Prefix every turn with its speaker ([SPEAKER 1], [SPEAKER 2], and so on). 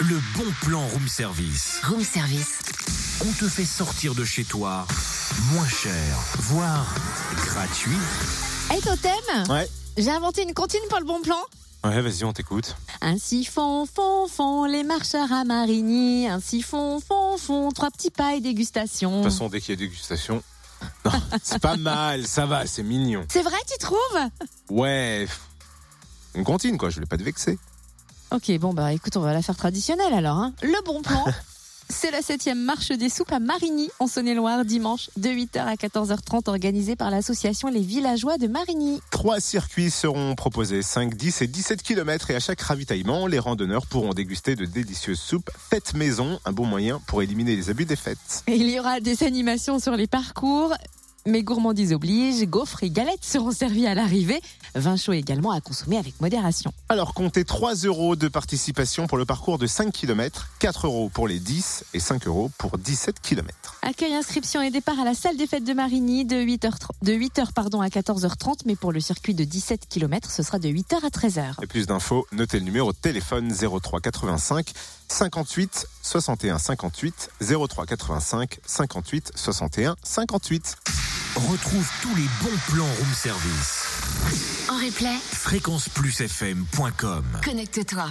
[SPEAKER 1] Le bon plan room service.
[SPEAKER 2] Room service.
[SPEAKER 1] On te fait sortir de chez toi moins cher, voire gratuit.
[SPEAKER 2] Hey Totem
[SPEAKER 3] Ouais.
[SPEAKER 2] J'ai inventé une comptine pour le bon plan.
[SPEAKER 3] Ouais, vas-y, on t'écoute.
[SPEAKER 2] Ainsi font, font, font les marcheurs à Marigny. Ainsi font, font, font trois petits pas et dégustation.
[SPEAKER 3] De toute façon, dès qu'il y a dégustation. Non, c'est pas mal, ça va, c'est mignon.
[SPEAKER 2] C'est vrai, tu trouves
[SPEAKER 3] Ouais. pff, Une comptine, quoi, je voulais pas te vexer.
[SPEAKER 2] Ok, bon bah écoute, on va la faire traditionnelle alors. hein. Le bon plan, c'est la septième marche des soupes à Marigny, en Saône-et-Loire, dimanche, de 8h à 14h30, organisée par l'association Les Villageois de Marigny.
[SPEAKER 3] Trois circuits seront proposés 5, 10 et 17 km. Et à chaque ravitaillement, les randonneurs pourront déguster de délicieuses soupes faites maison. Un bon moyen pour éliminer les abus des fêtes.
[SPEAKER 2] Il y aura des animations sur les parcours. Mais gourmandise oblige, gaufres et galettes seront servis à l'arrivée. Vin chaud également à consommer avec modération.
[SPEAKER 3] Alors, comptez 3 euros de participation pour le parcours de 5 km, 4 euros pour les 10 et 5 euros pour 17 km.
[SPEAKER 2] Accueil, inscription et départ à la salle des fêtes de Marigny de 8h, de 8h pardon, à 14h30, mais pour le circuit de 17 km, ce sera de 8h à 13h.
[SPEAKER 3] Et plus d'infos, notez le numéro de téléphone 03 85 58 61 58 03 85 58 61 58.
[SPEAKER 1] Retrouve tous les bons plans room service.
[SPEAKER 4] En replay,
[SPEAKER 1] Fréquenceplusfm.com
[SPEAKER 4] connecte-toi.